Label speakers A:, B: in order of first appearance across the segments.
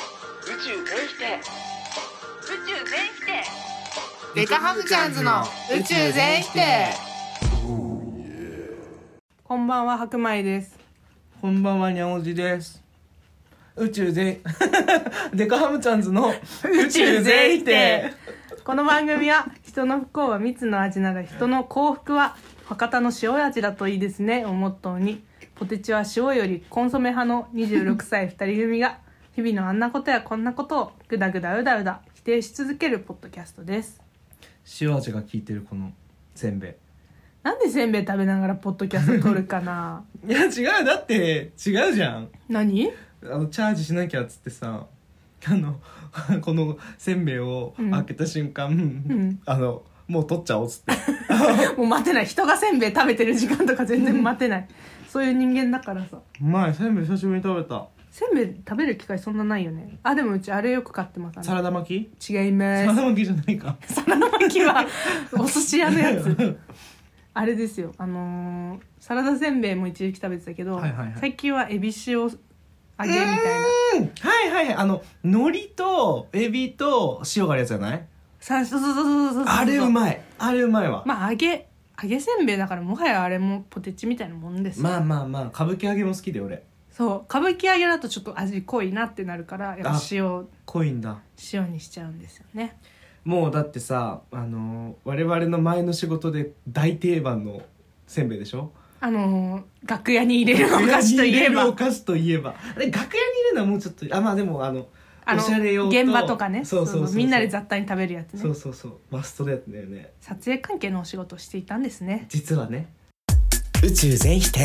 A: 宙全否定宇宙全否定
B: デカハムチャンズの宇宙全否定
C: こんばんは白米です。
D: こんばんは、にゃおじです。宇宙全、デカハムチャンズの宇宙全否定。
C: この番組は人の不幸は蜜の味なら人の幸福は博多の塩味だといいですねをモットーにポテチは塩よりコンソメ派の26歳2人組が日々のあんなことやこんなことをぐだぐだうだうだ否定し続けるポッドキャストです。
D: 塩味が効いてるこのせんべ
C: なんでせんべい食べながらポッドキャスト撮るか な
D: い。いや、違う、だって、違うじゃん。
C: 何
D: あの、チャージしなきゃっつってさ、あの、 このせんべいを
C: うん
D: 開けた瞬間、
C: ん
D: あの、もう取っちゃおうっつって。
C: もう待てない人がせんべい食べてる時間とか全然待てないそういう人間だからさ
D: うまい、せんべい久しぶりに食べた。
C: せんべい食べる機会そんなないよねあでもうちあれよく買ってますあの
D: サラダ巻き
C: 違い
D: サ
C: ま
D: ラ
C: す
D: ダ巻きじゃないか。
C: サラダ巻きはお寿司屋 のやつ あれですよあのーサラダせんべいも一時期食べてたけど、
D: はいはいはい
C: 最近はエビ塩揚げみたい
D: う
C: な
D: んはいはいはい。あの、海苔と、エビと、塩があるやつじゃない
C: さそうそうそうそうそう
D: あれうまい。あれうまいわ。
C: まあ揚げ揚げせんべいだからもはやあれもポテチみたいなもんですよ
D: まあまあまあ、歌舞伎揚げも好きで俺。
C: そう歌舞伎揚げだとちょっと味濃いなってなるからやっぱ塩
D: 濃いんだ。
C: 塩にしちゃうんですよね
D: もうだってさ、あのー我々の前の仕事で大定番のせんべいでしょ
C: あのー楽屋に入れるお菓子といえ
D: 楽屋に入れる
C: ば
D: お菓子といえば。あれ、楽屋に入れるのはもうちょっと、あ、まあでもあの、
C: あの
D: おしゃれ用と
C: 現場とかね
D: そうそうそうそう
C: そのみんなで雑多に食べるやつね
D: そうそうそう、マストだったよね。
C: 撮影関係のお仕事をしていたんですね
D: 実はね。宇宙全否定。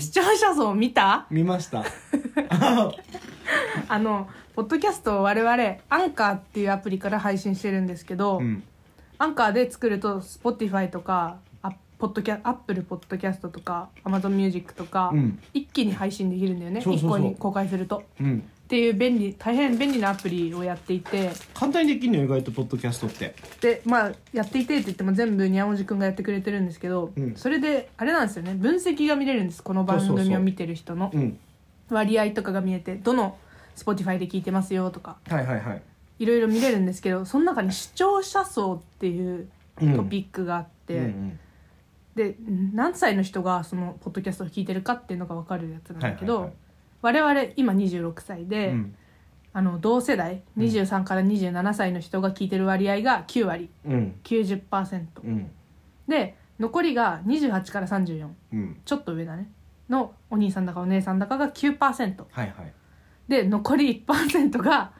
C: 視聴者層を見た
D: 見ま した。
C: あのポッドキャストを我々アンカーっていうアプリから配信してるんですけど、
D: うん。
C: アンカーで作ると Spotify とかあポッドキャアップルポッドキャストとか AmazonMusic とか、
D: うん。
C: 一気に配信できるんだよね
D: そうそうそう
C: 一個に公開すると
D: うん。
C: っていう便利大変便利なアプリをやっていて
D: 簡単にできんのよ、意外とポッドキャストって。
C: でまあやっていてって言っても全部にゃおじくんがやってくれてるんですけど、
D: うん
C: それであれなんですよね分析が見れるんですこの番
D: そうそう
C: 組
D: そう
C: を見てる人の
D: うん。
C: 割合とかが見えてどの Spotify で聞いてますよとか
D: はいはいはい。
C: いろいろ見れるんですけどその中に視聴者層っていう
D: うん
C: トピックがあって、
D: うんうん
C: で何歳の人がそのポッドキャストを聞いてるかっていうのが分かるやつなんだけど、
D: はい
C: 我々今26歳で、
D: うん
C: あの同世代23から27歳の人が聞いてる割合が9割
D: うん
C: 90%、
D: うん
C: で残りが28から34
D: うん
C: ちょっと上だねのお兄さんだかお姉さんだかが9%
D: はいはい
C: で残り1%が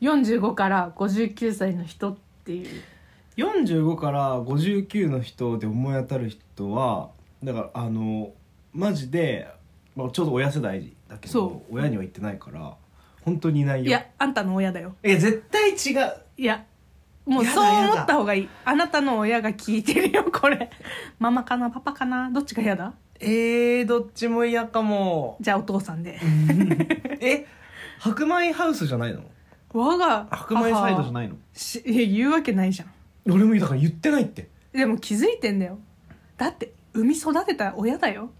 C: 45から59歳の人っていう
D: 45から59の人で思い当たる人はだからあのマジで、まあ、ちょうど親世代だけ
C: そ
D: ど親には言ってないから本当にいないよ
C: いやあんたの親だよ
D: いや絶対違う
C: いやもう
D: やだ
C: そう思
D: や
C: っ
D: だ
C: た方がいいあなたの親が聞いてるよこれ ママかなパパかなどっちが嫌だ
D: えー、どっちも嫌か も
C: じゃあお父さんで
D: え白米ハウスじゃないの
C: 我が
D: 白米サイドじゃ
C: い
D: ないの
C: しいや言うわけないじゃん
D: 俺もだから言ってないって
C: でも気づいてんだよだって産み育てた親 だよ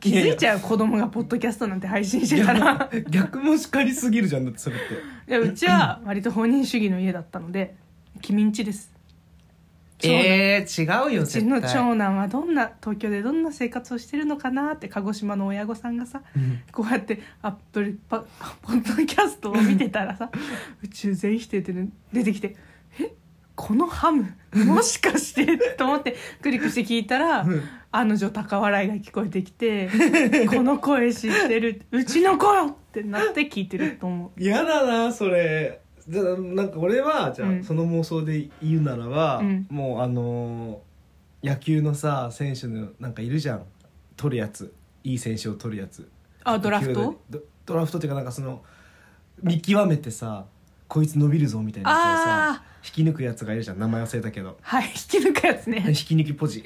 C: 気づいちゃう子供がポッドキャストなんて配信してたら
D: いや逆も叱りすぎるじゃんだってそれって
C: いやうちは割と本人主義の家だったので君んちです
D: えー、違うよ
C: うちの長男はどんな東京でどんな生活をしてるのかなって鹿児島の親御さんがさ
D: うん
C: こうやってアップルパポッドキャストを見てたらさ「宇宙全否定」って出てきて「えこのハムもしかして?」と思ってクリックして聞いたら
D: ん
C: 案の定高笑いが聞こえてきて「この声知ってるうちの子よ!」ってなって聞いてると思う。
D: 嫌だなそれじゃあなんか俺はじゃあ、
C: うん
D: その妄想で言うならば、
C: うん
D: もうあのー野球のさ選手のなんかいるじゃん取るやついい選手を取るやつ
C: あドラフ
D: 野球
C: ト
D: でドドラフトっていうかなんかその見極めてさこいつ伸びるぞみたいなやつをさ引き抜くやつがいるじゃん名前忘れたけど
C: はい引き抜くやつ
D: 引
C: ね
D: き抜きポ ジ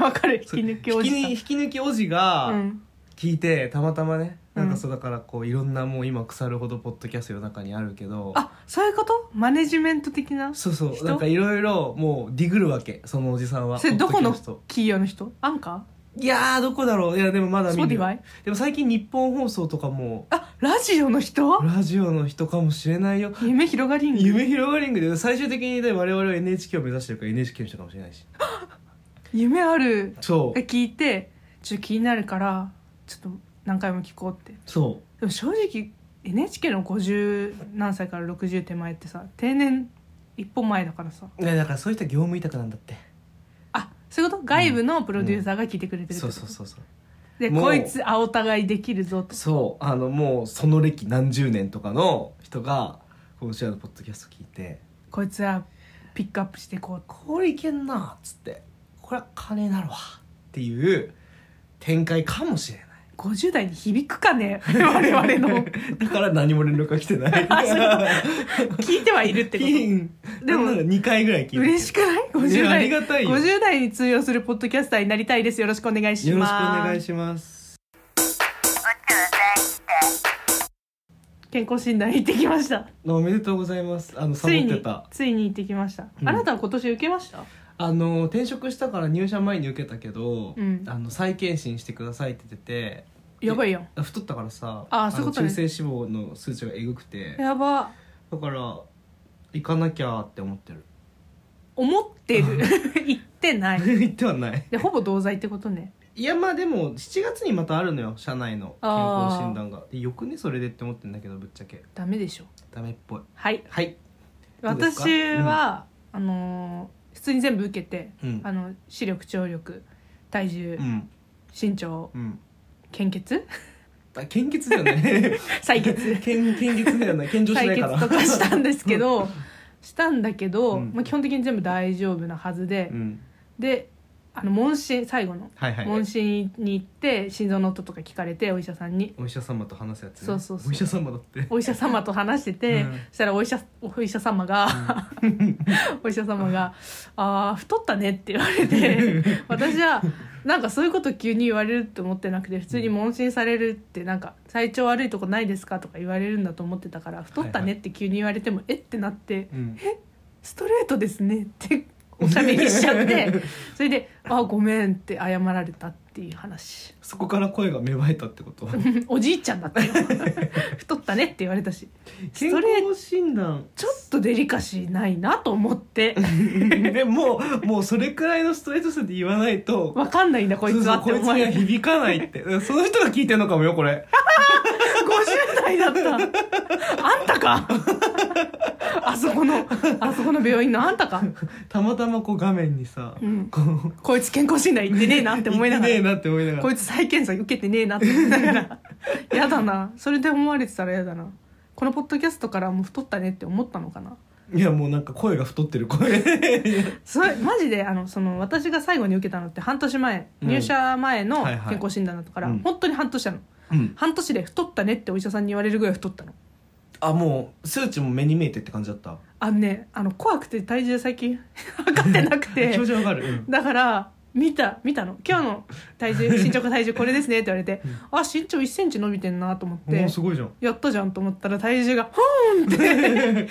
C: わかる引き抜きおじさん
D: 引き抜引き抜きおじが、
C: うん
D: 聞いてたまたまねなんかそうだからこういろんなもう今腐るほどポッドキャストの中にあるけど
C: あそういうことマネジメント的な
D: そうそ
C: 人
D: うなんかいろいろもうディグるわけそのおじさんは
C: それどこ
D: ポッド
C: の
D: キャスト
C: 企業の人アンカ
D: いやーどこだろういやでもまだ見る
C: Spotify？
D: でも最近日本放送とかも
C: あラジオの人
D: ラジオの人かもしれないよ
C: 夢広がりん
D: 夢広がリングで最終的にね我々は NHK を目指してるから NHK の人かもしれないし
C: 夢ある
D: そう
C: 聞いてちょっと気になるからちょっと何回も聞こうって
D: そ
C: でも正直 NHK の50何歳から60手前ってさ定年一歩前だからさ
D: ういやだからそういう人は業務委託なんだって
C: あそういうこと外部のプロデューサーが聞いてくれてるって
D: そ
C: こ
D: う
C: と
D: そうそうそう
C: で
D: もう
C: こいつ青互いできるぞと
D: そうあのもうその歴何十年とかの人がこのちらのポッドキャスト聞いて
C: こいつはピックアップしていこう
D: 「これいけんな」っつって「これは金になるわ」っていう展開かもしれない
C: 50代に響くかね 我々の
D: だから何も連絡が来てない
C: あ聞いてはいるって こ
D: ピ
C: と
D: ン
C: でも
D: なんなら2回ぐらい聞いて
C: 嬉しくない
D: い
C: 50
D: やあり
C: 代
D: がたいよ
C: 50代に通用するポッドキャスターになりたいですよろしくお願いし
D: よろ
C: ま
D: し
C: す
D: くお願いします
C: 健康診断行ってきました
D: おめでとうございますあのサボ
C: つい
D: って
C: に
D: た
C: ついに行ってきました、
D: うん
C: あなたは今年受けました
D: あの転職したから入社前に受けたけど、
C: うん
D: あの再検診してくださいって出て
C: やばいやん
D: あ太ったからさ
C: あそういうことね
D: の中性脂肪の数値がえぐくて
C: やば
D: だから行かなきゃって思ってる
C: 思っ てる行ってない
D: 行ってはない
C: でほぼ同罪ってことね
D: いやまあでも7月にまたあるのよ社内の健
C: あー
D: 康診断がでよくねそれでって思ってんだけどぶっちゃけ
C: ダメでしょ
D: ダメっぽい
C: はい
D: はいどうです
C: 私
D: か
C: は、あのー普通に全部受けて、
D: うん
C: あの視力聴力体重、
D: うん
C: 身長
D: うん
C: 献血
D: あ献血ではない 献
C: 採血
D: 献血ではない献上しない
C: 採
D: から
C: 血とかしたんですけどしたんだけど、
D: うん
C: まあ、基本的に全部大丈夫なはずで、
D: うん
C: であの問診最後の
D: はいはい
C: 問診に行って心臓の音とか聞かれてお医者さんに
D: お医者様と話すやつ、ね、
C: そうそうそう
D: お医者様だって
C: お医者様と話してて、
D: うん
C: そしたらお医者お医者様が、お医者様が「あー太ったね」って言わ れて私はなんかそういうこと急に言われるって思ってなくて普通に問診されるってなんか「体調悪いとこないですか?」とか言われるんだと思ってたから「太ったね」って急に言われても「えっ?」てなって
D: うん
C: 「ストレートですね」っておしゃべりしちゃってそれで「あーごめん」って謝られたっていう話。
D: そこから声が芽生えたってこと
C: おじいちゃんだったよ太ったねって言われたし
D: 健
C: ストレート
D: 康診断
C: ちょっとデリカシーないなと思って
D: でもうもうそれくらいのストレート数で言わないと
C: わかんないんだこいつはって
D: そうそうこ
C: 思
D: いつには
C: え50
D: 響かないってだからその人が聞いてんのかもよこれ
C: 代だったあんたかあそこのあそこの病院のあんたか、
D: たまたまこう画面にさ、
C: うん、
D: こう
C: こいつ健康診断行ってねえなって思いなが
D: 行ってね
C: ら
D: えなって思いながら
C: こいつ再検査受けてねえなって思いながらやだなそれで思われてたらやだなこのポッドキャストからもう太ったねって思ったのかない
D: やもうなんか声が太ってる声
C: それマジであのその私が最後に受けたのって半年前、
D: うん
C: 入社前の
D: はいはい
C: 健康診断だったから、
D: うん
C: 本当に半年なの
D: うん
C: 半年で太ったねってお医者さんに言われるぐらい太ったの
D: あもう数値も目に見えてって感じだった
C: あのねあの怖くて体重最近 測ってなく
D: 気
C: て
D: 持ちわかる、
C: だから見た見たの今日の体重身長か体重これですねって言われて、あ身長1センチ伸びてんなと思っ
D: うん、も
C: て
D: うすごいじゃん
C: やったじゃんと思ったら体重がホ ーンってえー、こんなに人間って半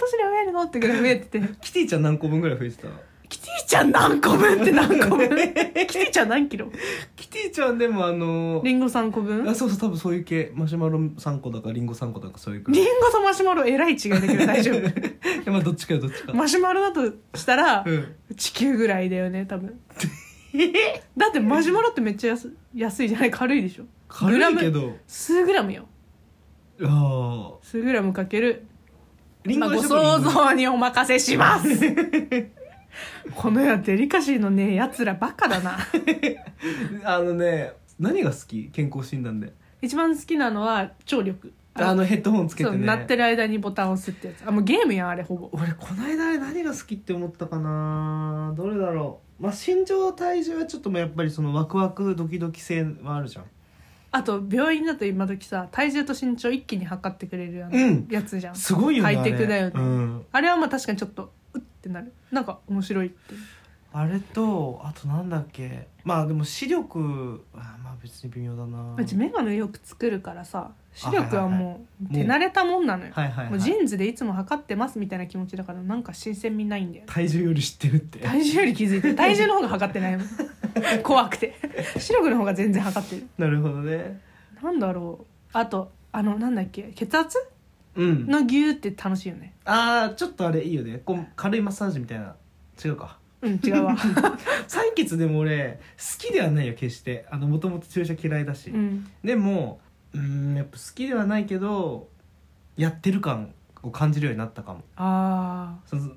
C: 年で増えるのってぐらい増えてて。
D: キティちゃん何個分ぐらい増えてた
C: キティちゃん何個分って何 個分キティちゃん何キロ
D: キティちゃんでもあの
C: リンゴ3個分リン
D: あそうそう多分そういう系マシュマロ3個だかリンゴ3個だかそういうくらい
C: ゴとマシュマロえらい違いだけど大丈 夫
D: いやまあどっちかよどっちか、
C: マシュマロだとしたら
D: うん
C: 地球ぐらいだよね多分 だってマシュマロってめっちゃ安安いじゃない軽いでしょ
D: 軽いけど
C: 数グラムよ
D: ああ
C: 数グラムかける
D: リン
C: ま
D: ゴ
C: あ
D: で
C: ご
D: しょリ
C: 想
D: ンゴ
C: 像にお任せしますこの世はデリカシーのねえやつらばっかだな
D: あのね何が好き健康診断で
C: 一番好きなのは聴力
D: あのヘッドホンつけて
C: そう
D: ね
C: 鳴ってる間にボタンを押すってやつあもうゲームやんあれほぼ
D: 俺この間あれ何が好きって思ったかなどれだろうまあ身長体重はちょっともうやっぱりそのワクワクドキドキ性はあるじゃん
C: あと病院だと今時さ体重と身長一気に測ってくれるや,、
D: うん
C: やつじゃん
D: すごいよね
C: ハイテク
D: あれ
C: だよね
D: うん
C: あれはまあ確かにちょっとうってなるなんか面白いっていう
D: あれとあとなんだっけまあでも視力あまあ別に微妙だな
C: うち眼鏡よく作るからさ視力はもう
D: はいはい
C: 手慣れたもんなのよ、
D: はいはい、
C: も
D: は
C: う
D: い、
C: ジーンズでいつも測ってますみたいな気持ちだからなんか新鮮味ないんだよね
E: 体重より知ってるって
C: 体重より気づいてる体重の方が測ってないもん怖くて視力の方が全然測ってる
D: なるほどね
C: なんだろうあとあのなんだっけ血圧
D: うん
C: のギューって楽しいよね
D: あーちょっとあれいいよねこう軽いマッサージみたいな違うか
C: うん違うわ
D: 採血でも俺好きではないよ決してあのもともと注射嫌いだし、
C: うん
D: でもうーんやっぱ好きではないけどやってる感を感じるようになったかも
C: あ
D: その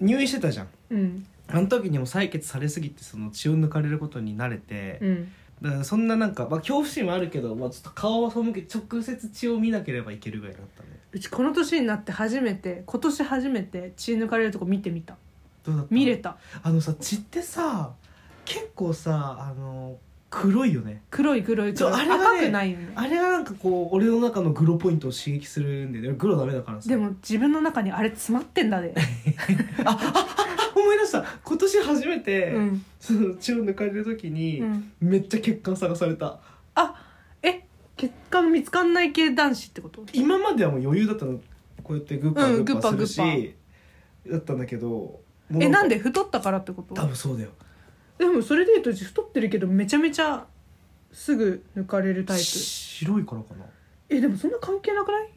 D: 入院してたじゃん
C: ーうん
D: あの時にも採血されすぎてその血を抜かれることに慣れて、
C: うん
D: だからそんななんか、まあ、恐怖心はあるけど、まあ、ちょっと顔を背け直接血を見なければいけるぐらいだったね
C: うちこの年になって初めて今年初めて血抜かれるとこ見てみた
D: どうだった
C: 見れた
D: あのさ血ってさ結構さあの黒いよね
C: 黒い黒い
D: そ
C: 黒い
D: うあれがね
C: 赤くないよね
D: あれがなんかこう俺の中のグロポイントを刺激するんで、ね、グロダメだからさ
C: でも自分の中にあれ詰まってん だで、
D: あ思い出した今年初めて、
C: うん
D: その 血を抜かれる時に、
C: うん、
D: めっちゃ血管探された
C: え血管見つかんない系男子ってこと
D: 今まではもう余裕だったのこうやってグッパ
C: うん
D: グッパするし、
C: グッパグッ
D: だったんだけどもう
C: えなん
D: で
C: で太ったからってこと
D: 多分そうだよ
C: でもそれで言うとうち太ってるけどめちゃめちゃすぐ抜かれるタイプ
D: 白いからかな
C: えでもそんな関係なくない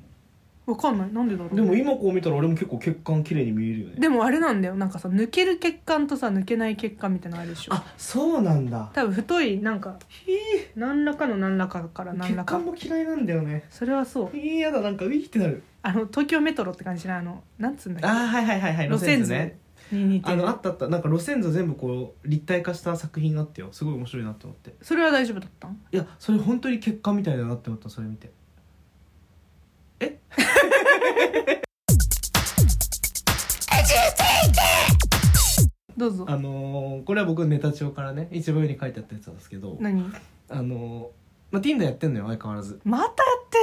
C: わかんないなんでだろう
D: でも今こう見たら俺も結構血管綺麗に見えるよね
C: でもあれなんだよなんかさ抜ける血管とさ抜けない血管みたいなのあるでしょ
D: あそうなんだ
C: 多分太いなんか
D: ひえ
C: 何らかの何らかから何
D: 血
C: らか
D: 管も嫌いなんだよね
C: それはそう
D: いいやだなんかウィーってなる
C: あの東京メトロって感じなあのなんつうん
D: あ
C: だっ
D: ーはいはいはいは
C: け
D: い
C: 路線図
D: ね
C: に似て
D: あ
C: る
D: のあったあったなんか路線図全部こう立体化した作品があってよすごい面白いなって思って
C: それは大丈夫だったん
D: いやそれ本当に血管みたいだなって思ったそれ見て
C: どうぞ
D: あのーこれは僕のネタ帳からね一番上に書いてあったやつなんですけど
C: 何
D: あのーまあ、Tinder やってんのよ相変わらず
C: またやっ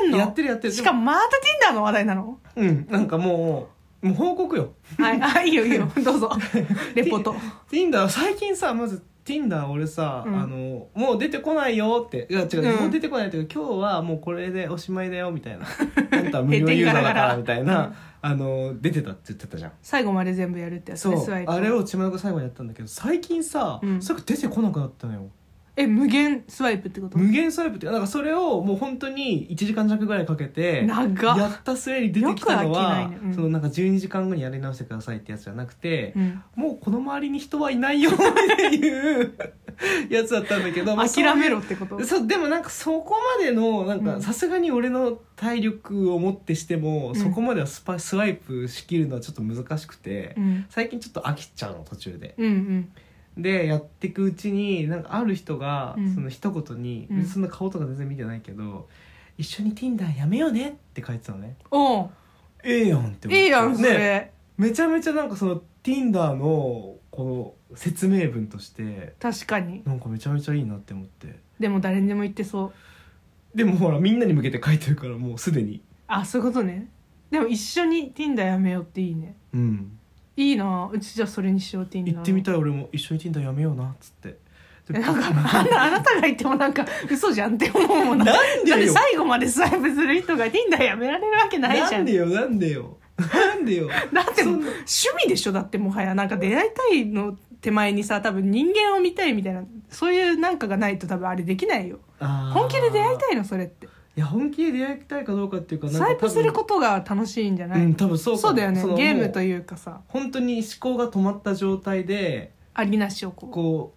C: てんの
D: やってるやってる
C: しかもまた Tinder の話題なの
D: でもうんなんかもうもう報告よ
C: はい あいいよい いよどうぞレポート
D: Tinder 最近さまず Tinder 俺さ、
C: うん
D: あのもう出てこないよっていや違う、
C: うん
D: もう出てこないっていうか今日はもうこれでおしまいだよみ たいなあんたは無料ユーザーだからみたいなあの出てたって言ってたじゃん
C: 最後まで全部やるってやつ
D: そ
C: ね
D: う
C: スワイプ
D: あれを血まよく最後にやったんだけど最近さ、
C: うん
D: それが出てこなくなったのよ
C: え無限スワイプってこと
D: 無限スワイプってなんかそれをもう本当に1時間弱ぐらいかけて
C: 長っ
D: やった末に出てきたの
C: よ
D: は、
C: く飽きないねうん
D: そのなんか12時間後にやり直してくださいってやつじゃなくて、
C: うん
D: もうこの周りに人はいないよっていうやつだったんだけ ど、まあ
C: 諦めろってこと
D: そうそうでもなんかそこまでのなん
C: う
D: か
C: ん
D: さすがに俺の体力をもってしても、
C: ん
D: そこまではスパスワイプしきるのはちょっと難しくて、
C: うん
D: 最近ちょっと飽きちゃうの途中で。
C: うんうん
D: でやっていくうちになんかある人が、
C: うん
D: その一言に、
C: うん
D: そんな顔とか全然見てないけど「一緒に Tinder やめようね」って書いてたのね。
C: おう
D: ええやんって思って
C: いいやんそれ、
D: ねめちゃめちゃなんかその Tinder のこの説明文として
C: 確かに
D: なんかめちゃめちゃいいなって思って
C: でも誰にでも言ってそう
D: でもほらみんなに向けて書いてるからもうすでに
C: あそういうことねでも一緒に Tinder やめようっていいね
D: うん
C: いいなうちじゃあそれにしよう Tinder
D: 行ってみ
C: い
D: たい俺も一緒に Tinder やめようなっつってで
C: なんか あんなあなたが言ってもなんか嘘じゃんって思うもん
D: なん
C: なだっ
D: で
C: て
D: よ
C: 最後までスワイプする人が Tinder やめられるわけないじ
D: な
C: ゃ
D: ん
C: ん
D: でよなんでよなんでよ
C: だって
D: そ
C: もうん
D: な
C: 趣味でしょだってもはやなんか出会いたいの手前にさ多分人間を見たいみたいなそういうなんかがないと多分あれできないよ本
D: 本
C: 気で出会いたいのそれって
D: いや本気で出会いたいかどうかっていうかなん
C: ス
D: か
C: ワ
D: 多
C: イ
D: 分
C: プすることが楽しいんじゃない、
D: うん多分そう
C: そ
D: か
C: う
D: も
C: だよね
D: その
C: ゲームと
D: もう
C: いうかさ
D: 本当に思考が止まった状態で
C: ありなしをこう
D: こ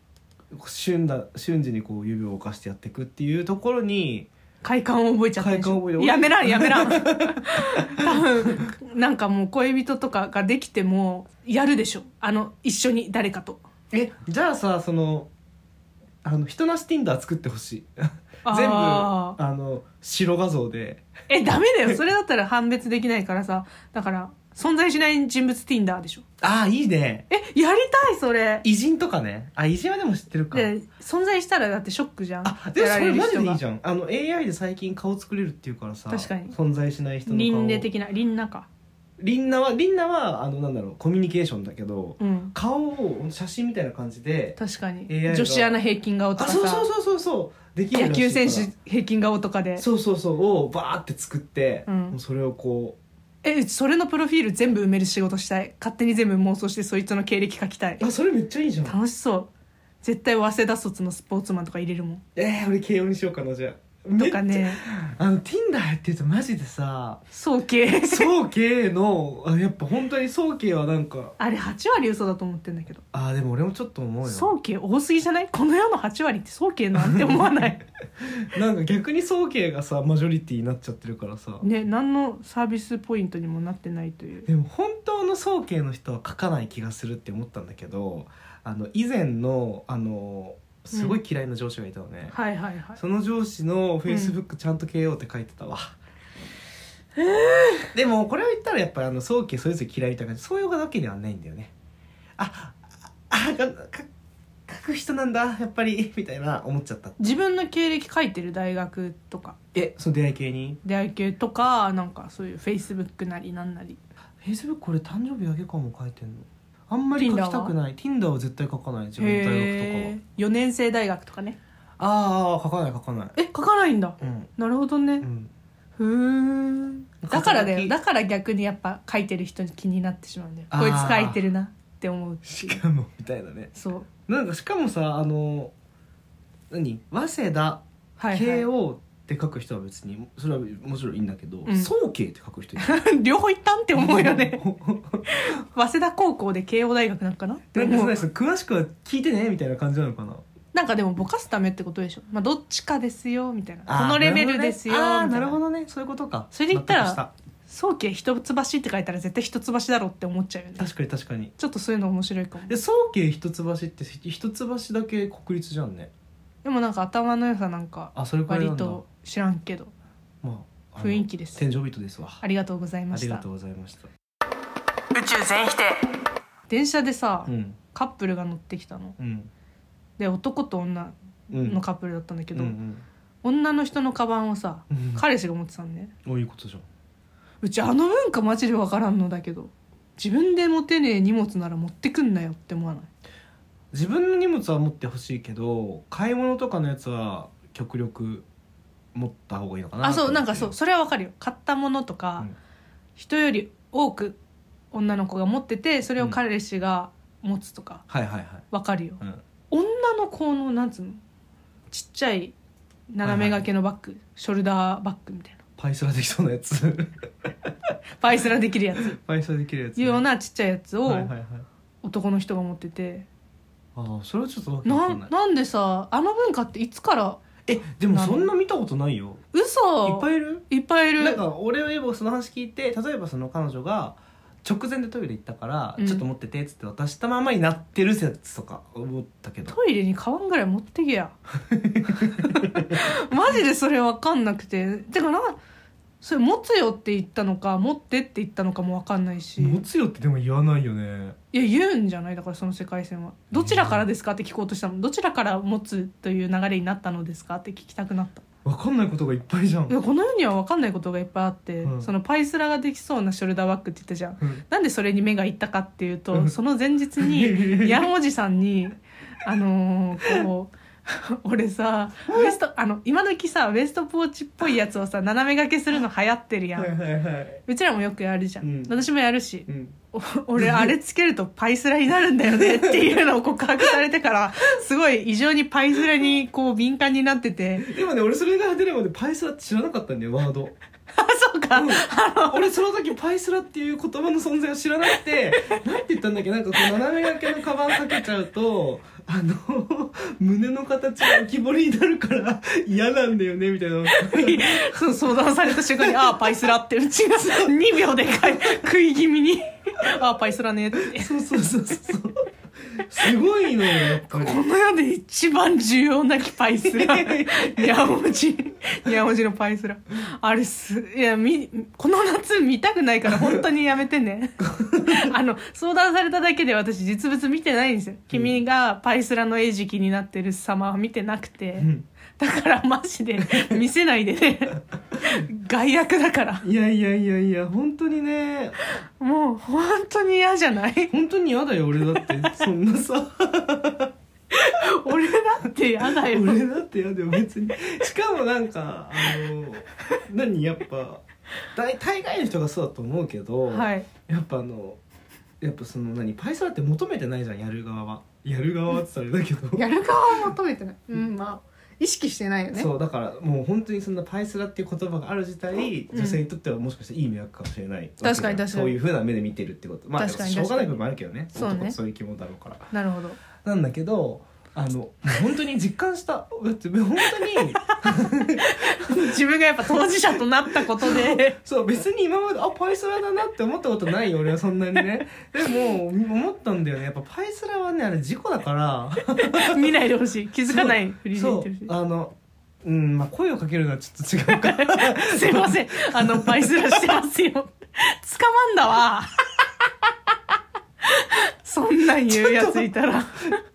D: う瞬だ瞬時にこう指を動かしてやっていくっていうところに
C: 快感を覚えちゃったでしょ
D: 快感を覚えて
C: やめらんやめらん 多分なんかもう恋人とかができてもやるでしょあの一緒に誰かと
D: えじゃあさそのあの人なし Tinder 作ってほしい全部
C: あ
D: あの白画像で
C: ーえダメだよそれだったら判別できないからさだから存在しない人物 Tinder でしょ
D: ああいいね
C: えやりたいそれ
D: 偉人とかねあ偉人はでも知ってるか
C: で存在したらだってショックじゃん
D: あでもそれマジでいいじ
C: ゃん
D: ゃんあの AI で最近顔作れるっていうからさ
C: 確かに
D: 存在しない人の顔を
C: 輪廻的な輪廻か
D: リンナはリンナはあのなんだろうコミュニケーションだけど
C: うん
D: 顔を写真みたいな感じで
C: 確かに
D: AI が
C: 女子アナ平均顔と
D: あ
C: か
D: そうそう
C: さ
D: そうそうそうできるらし
C: 野
D: い
C: 球選
D: から
C: 手平均顔とかで
D: そうそうそうをバーって作って、
C: うん
D: もうそれをこ
C: えそれのプロフィール全部埋める仕事したい勝手に全部妄想してそいつの経歴書きたいう
D: あそれめっちゃいいじゃん
C: 楽しそう絶対早稲田卒のスポーツマンとか入れるもん
D: えー、俺慶応にしようかなじゃあ
C: とかね
D: あの Tinder やってるとマジでさ
C: 早慶
D: 早慶のあやっぱ本当に早慶はなんか
C: あれ8割嘘だと思ってんだけど
D: あーでも俺もちょっと思うよ
C: 早慶多すぎじゃないこの世の8割って早慶なんて思わ ない
D: なんか逆に早慶がさマジョリティになっちゃってるからさ、
C: ね何のサービスポイントにもなってないという
D: でも本当の早慶の人は書かない気がするって思ったんだけどあの以前のあのすごい嫌いな上司がいたのね、
C: はいはいはい
D: その上司のフェイスブックちゃんと KO って書いてたわ、でもこれを言ったらやっぱりあの早期それぞれ嫌いみたいな感じそういうわけではないんだよねあああか書く人なんだやっぱりみたいな思っちゃった
C: 自分の経歴書いてる大学とか
D: えその出会い系に
C: 出会い系とかなんかそういうフェイスブックなりなんなり
D: フェイスブックこれ誕生日だけかも書いてんのあんまり書
C: Tinder は
D: きたくない Tinder は絶対書かない自分の大学とか
C: へ
D: は
C: ー4年生大学とかね
D: あーあー書かない書かない
C: え書かないんだ
D: うん
C: なるほど
D: う
C: ね
D: ん
C: ふんだからだよだから逆にやっぱ書いてる人に気になってしまうんだよ
D: あー
C: こいつ書いてるなって思うって
D: し
C: いう
D: かもみたいなね
C: そう
D: なんかしかもさあの何早稲田
C: はい、
D: 慶
C: は
D: 応って書く人は別にそれはもちろんいいんだけど、
C: うん
D: 早慶って書く人いる
C: い、 両方行ったんって 思うよね早稲田高校で慶応大学なんかなって
D: なんか
C: 思
D: そう
C: う
D: です詳しくは聞いてねみたいな感じなのかな
C: なんかでもぼかすためってことでしょ、まあ、どっちかですよみたいな
D: あー
C: このレベルですよみたい
D: な
C: な
D: るほどねあーなるほどねそういうことか
C: それで言ったら
D: 納得し
C: 早慶一橋って書いたら絶対一橋だろうって思っちゃうよね
D: 確かに確かに
C: ちょっとそういうの面白いかも
D: で早慶一橋って一橋だけ国立じゃんね
C: でもなんか頭の良さなんか
D: あそれくらいな
C: 割
D: んだ、
C: と知らんけど
D: まあ、あの
C: 雰囲気です
D: 天井人ですわ
C: ありがとうございま
D: あり
C: し
D: が
C: た
D: とうございました
A: 宇宙全否定
C: 電車でさ、
D: うん
C: カップルが乗ってきたの
D: うん
C: で男と女
D: うん
C: のカップルだったんだけど、
D: うん
C: 女の人のカバンをさ
D: うんうん
C: 彼氏が持ってたんね
D: おいいことじゃん
C: うちあの文化マジで分からんのだけど自分で持てねえ荷物なら持ってくんなよって思わない
D: 自分の荷物は持ってほしいけど買い物とかのやつは極力持った方がいいのかな
C: あそう
D: と
C: な
D: 思っ
C: ん
D: て
C: かそうそれは分かるよ買ったものとか、
D: うん
C: 人より多く女の子が持っててそれを彼氏が持つとか
D: はいはいはい
C: 分かるよ、
D: うん
C: 女の子のなんつうのちっちゃい斜め掛けのバッグ、ショルダーバッグみたいな
D: パイスラできそうなやつ
C: バイスラできるやつ
D: パイスラできるやつ、
C: いうようなちっちゃいやつを
D: はいはいはい
C: 男の人が持ってて、
D: ああそれはちょっとわけわ
C: な
D: かん
C: ん
D: ない
C: なんでさあの文化っていつから
D: えでもそんな見たことないよい
C: 嘘
D: っぱいいる
C: いっぱいいる
D: なんか俺はその話聞いて例えばその彼女が直前でトイレ行ったから、
C: うん
D: ちょっと持っててっつって渡したままになってるやつとか思ったけど
C: トイレに買わんぐらい持ってけ やマジでそれ分かんなくててかなそれ持つよって言ったのか持ってって言ったのかも分かんないし
D: 持つよってでも言わないよね
C: いや言うんじゃないだからその世界線はどちらからですかって聞こうとしたのどちらから持つという流れになったのですかって聞きたくなった
D: わかんないことがいっぱいじゃん、
C: いやこの世には分かんないことがいっぱいあって、
D: うん
C: そのパイスラができそうなショルダーバッグって言ったじゃん
D: うん
C: なんでそれに目がいったかっていう
D: う
C: と
D: ん
C: その前 日にヤンおじさんにあのーこう。 俺さウエストあの今時さウエストポーチっぽいやつをさ斜め掛けするの流行ってるやん、
D: はいはいはいう
C: ちらもよくやるじゃん、
D: うん
C: 私もやるし
D: うん
C: お 俺あれつけるとパイスラになるんだ よねっていうのを告白されてからすごい異常にパイスラにこう敏感になってて
D: でもね俺それが出るまでパイスラって知らなかったんだよワード
C: あそうか、
D: 俺その時パイスラっていう言葉の存在を知らなくてなんて言ったんだっけなんかこう斜め掛けのカバンかけちゃうとあの胸の形が浮き彫りになるから嫌なんだよねみたいな
C: そう 相談された瞬間に「ああパイスラ」ってうちが2秒でかい食い気味に「ああパイスラね」って
D: そうそうそうそうすごいのよやっぱり
C: この世で一番重要なきパイスラヤオジヤオジのパイスラあれすいやみこの夏見たくないから本当にやめてねあの相談されただけで私実物見てないんですよ君がパイスラの餌食になってる様は見てなくて、
D: ん
C: だからマジで見せないでね害悪だから
D: いやいやいやいや本当にね
C: もう本当に嫌じゃな い
D: 本当に嫌だよ俺だって そんなさ
C: 俺だって嫌だよ
D: 俺だって嫌だよ別にしかもなんかあの何やっぱ大大概の人がそうだと思うけど、
C: はい
D: やっぱあのやっぱその何パイサラって求めてないじゃんやる側はやる側はって言ったらあれだけど
B: やる側を求めてないうんまあ意識してないよね
D: そうだからもう本当にそんなパイスラっていう言葉がある自体、
C: うん
D: 女性にとってはもしかしたらいい迷惑かもしれない
C: 確かに確かに
D: そういうふうな目で見てるってことまあ
C: 確かに
D: しょうがない部分もあるけどね
C: そうね
D: 男ってそういう気もだろうから
C: なるほど
D: なんだけどあのもう本当に実感しただって本当に
C: 自分がやっぱ当事者となったことで
D: そう別に今まであパイスラだなって思ったことないよ俺はそんなにねでも思ったんだよねやっぱパイスラはねあれ事故だから
C: 見ないでほしい気づかないふりで
D: そ
C: 言っ
D: う
C: てほしい
D: あのうんまあ声をかけるのはちょっと違うか
C: すいません。あの、パイスラしてますよ。捕まんだ わ。そんなん言うやついたら、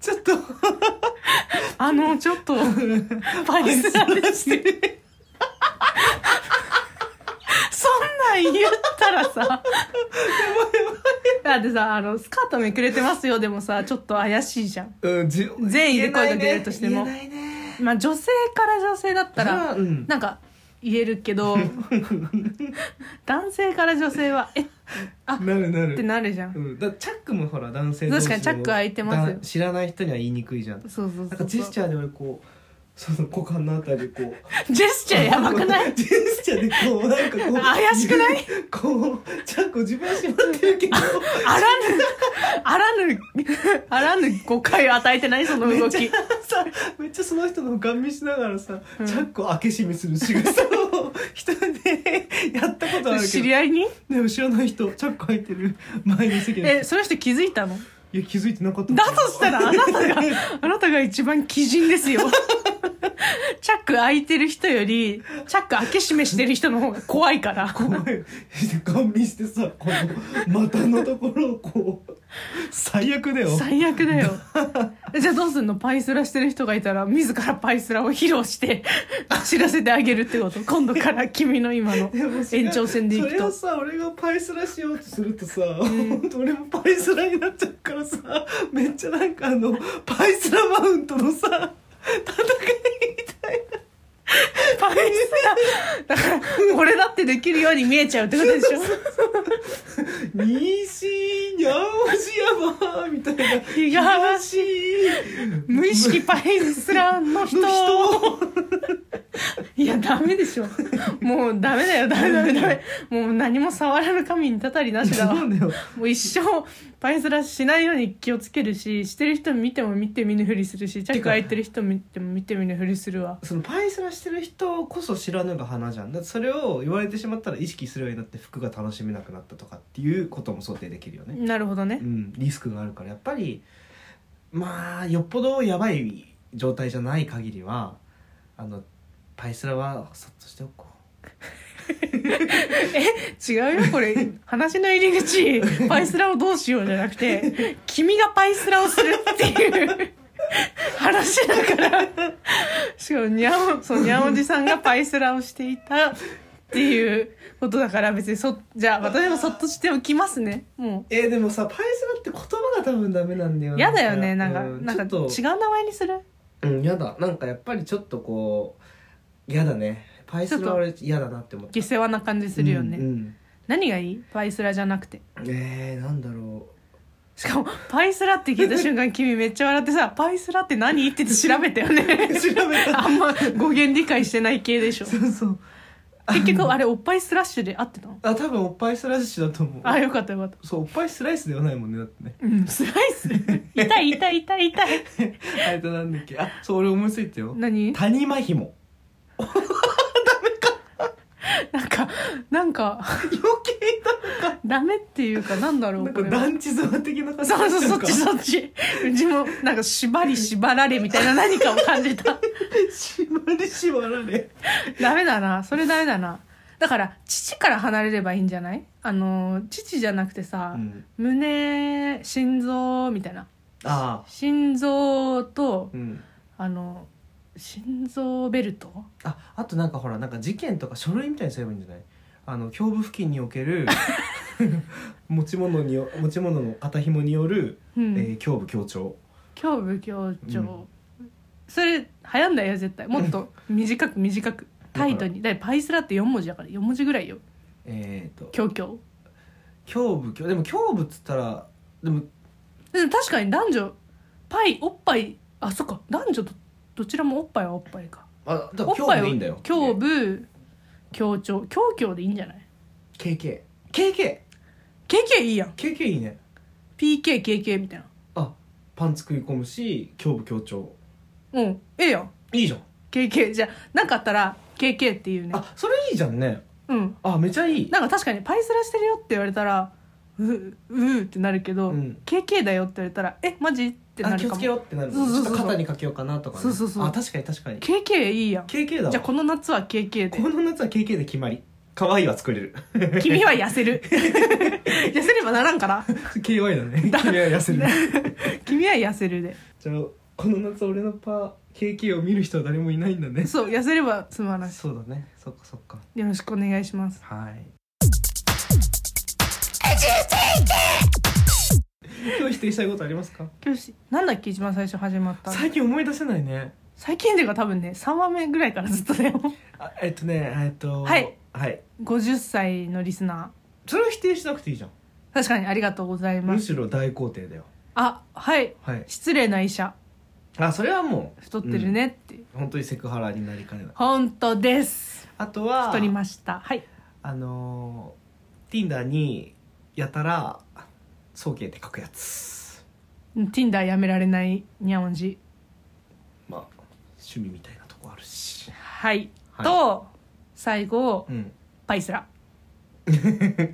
D: ちょっと
C: あの、ちょっ と、パイスラでして。そんなん言った らさ、だってさ、あの、スカートめくれてますよでもさ、ちょっと怪しいじゃん。
D: うんじ
C: 善意で声かけるとしても
D: 言えないね
C: まあ、女性から女性だった
D: それは
C: ら、
D: うん
C: なんか、言えるけ ど、男性から女性は、えっあ
D: なるなる
C: ってなるじゃん。
D: うん、だからチャックもほら男性
C: 確かにチャック開いてますよ
D: だ知らない人には言いにくいじゃん
C: そうそうそうそう
D: なんかジェスチャーで俺こうその股間のあたりこう
C: ジェスチャーやばくな い
D: ジェスチャーでこうなんかこう
C: 怪しくない
D: こうチャックを自分は縛ってるけど
C: あらぬ、あらぬ、あらぬ誤解を与えてないその動き。
D: さめっちゃその人の顔見しながらさ、チャックを開け閉めする仕草を人でやったことあるけど
C: 知り合いに
D: でも知らない人チャック開いてる前の 席の人
C: え、その人気づいたの
D: いや気づいてなかった
C: だとしたらあなたが、 あなたが一番鬼人ですよ。チャック開いてる人より、チャック開け閉めしてる人の方が怖いから。
D: 怖い顔見してさこの股のところをこう最悪だよ
C: 最悪だ よ。じゃあどうすんのパイスラしてる人がいたら、自らパイスラを披露して、知らせてあげるってこと。今度から君の今の
D: でも違う
C: 延長戦でいく
D: それを
C: と。
D: さ俺がパイスラしようとするとさ、本当俺もパイスラになっちゃうからさめっちゃなんかあのパイスラマウントのさ戦いみたいな
C: パイスラ。だから、俺だってできるように見えちゃうってことで しょ
D: 西にゃおじ山みたいな
C: 東無意識パイスラの人。
D: の人
C: いや、ダメでしょ。もうダメだよ、ダメダメダメ。もう何も触らぬ神にたたりなし だわ。
D: そうだよ
C: もう一生パイスラしないように気をつけるししてる人見ても見て見ぬふりするしチャック開いてる人見ても見て見ぬふりするわ
D: そのパイスラしてる人こそ知らぬが花じゃんだってそれを言われてしまったら意識するようになって服が楽しめなくなったとかっていうことも想定できるよね、
C: なるほどね
D: うん、リスクがあるからやっぱりまあよっぽどやばい状態じゃない限りはあのパイスラはそっとしておこう
C: 違うよこれ 話の入り口パイスラをどうしようじゃなくて君がパイスラをするっていう話だからしかもにゃおそうにゃおじさんがパイスラをしていたっていうことだから別にそじゃあ私もそっとしておきますねもう
D: えーでもさパイスラって言葉が多分ダメなんだよ
C: 嫌だよねなんか、
D: う
C: なんか
D: ちょっと
C: 違う名前にする
D: うん嫌だなんかやっぱりちょっとこう嫌だねパイスラは俺嫌だなって思った
C: 下世話な感じするよね、
D: うんうん
C: 何がいいパイスラじゃなくて
D: えー、なんだろ
C: しかもパイスラって聞いた瞬間君めっちゃ笑ってさ「パイスラって何?」って言って調べたよ ね
D: う調べた
C: あんま語源理解してない系でしょ
D: そうそう
C: 結局あれおっぱいスラッシュで合ってたの
D: あ多分おっぱいスライスだと思う
C: あよかったよかった
D: そうおっぱいスライスではないもんねだってね
C: うんスライス痛い痛い痛い 痛い
D: あれとなんだっけあそう俺思いついたよ
C: 何
D: 谷間ひも
C: なんかなんか
D: 余計
C: ダメっていうかなんだ
D: だ
C: ろう
D: なん
C: こ
D: か
C: れは
D: 団地座的な感じ
C: そうそうそっち
D: う
C: そっちうちもなんか縛り縛られみたいな何かを感 じた
D: 縛り縛られ
C: ダメだなそれダメだなだから父から離れればいいんじゃないあの父じゃなくてさ、
D: うん
C: 胸心臓みたいな
D: ああ
C: 心臓と
D: うん
C: あの心臓ベルト
D: ああとなんかほらなんか事件とか書類みたいにすればいいんじゃないあの胸部付近におけ る持ち物によ持ち物の肩紐による、
C: うん
D: えー胸部強調
C: 胸部強調、
D: うん
C: それ流行んないよ絶対もっと短く短くタイトにだってパイスラって4文字だから4文字ぐらいよ
D: えー、と
C: 強強
D: 胸部強でも胸部っつったらでも
C: でも確かに男女パイおっぱいあそっか男女どどちらもおっぱいはおっぱいか
D: あだ
C: お
D: から胸
C: っぱ
D: 部
C: い
D: でいいんだ
C: を
D: よ
C: 胸部強調強強でいいんじゃない
D: KKKK KK
C: KK いいやん
D: KK いいね
C: PKKK みたいな
D: あパンツ食い込むし胸部強調
C: うんええやん
D: いいじゃん
C: KK じゃなんかあったら KK っていうね
D: あそれいいじゃんね
C: うん
D: あめちゃいい
C: なんか確かにパイスラしてるよって言われたらうううってなるけど、
D: うん
C: KK だよって言われたらえマジってな
D: あ
C: る
D: 気を
C: かも
D: つけようってなる
C: そうそうそう
D: ちょっと肩にかけようかなとか、ね、
C: そうそうそう
D: あ確かに確かに
C: KK いいやん
D: KK だわ
C: じゃあこの夏は KK
D: こ
C: で
D: の夏は KK で決まり可愛いは作 れる
C: 君は痩せる 痩せればならんから
D: KY だ ね君は痩せる
C: 君は痩せるで
D: じゃあこの夏俺のパー KK を見る人は誰もいないんだね
C: そう痩せれば素晴らし
D: そうだねそっかそっか
C: いよろしくお願いします
D: はい今日否定したいことありますか
C: 今日しなんだっけ一番最初始まったの
D: 最近思い出せないね
C: 最近っていうか多分ね3話目ぐらいからずっとだよ
D: あえっとねえっと
C: はい
D: はい
C: 50歳のリスナ
D: それを否定しなくていいじゃん
C: ー確かにありがとうございま
D: む
C: す
D: しろ大肯定だよ
C: あはい
D: はい
C: 失礼な医者
D: あそれはもう
C: 太ってる、ねって、
D: うん本当にセクハラになりかねない
C: 本当です
D: あとは
C: 太りましたはい
D: あのー、Tinder にやたら「総計」って書くやつ
C: Tinder やめられないにゃおんじ
D: まあ趣味みたいなとこあるし
C: はい、
D: はい
C: と最後
D: うん
C: パイスラ
D: っ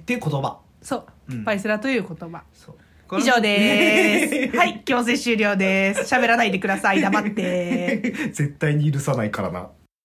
D: ていう言葉
C: そう、
D: うん
C: パイスラという言葉
D: そう
C: 以上でー すはい強制終了です喋らないでください黙って
D: 絶対に許さないからな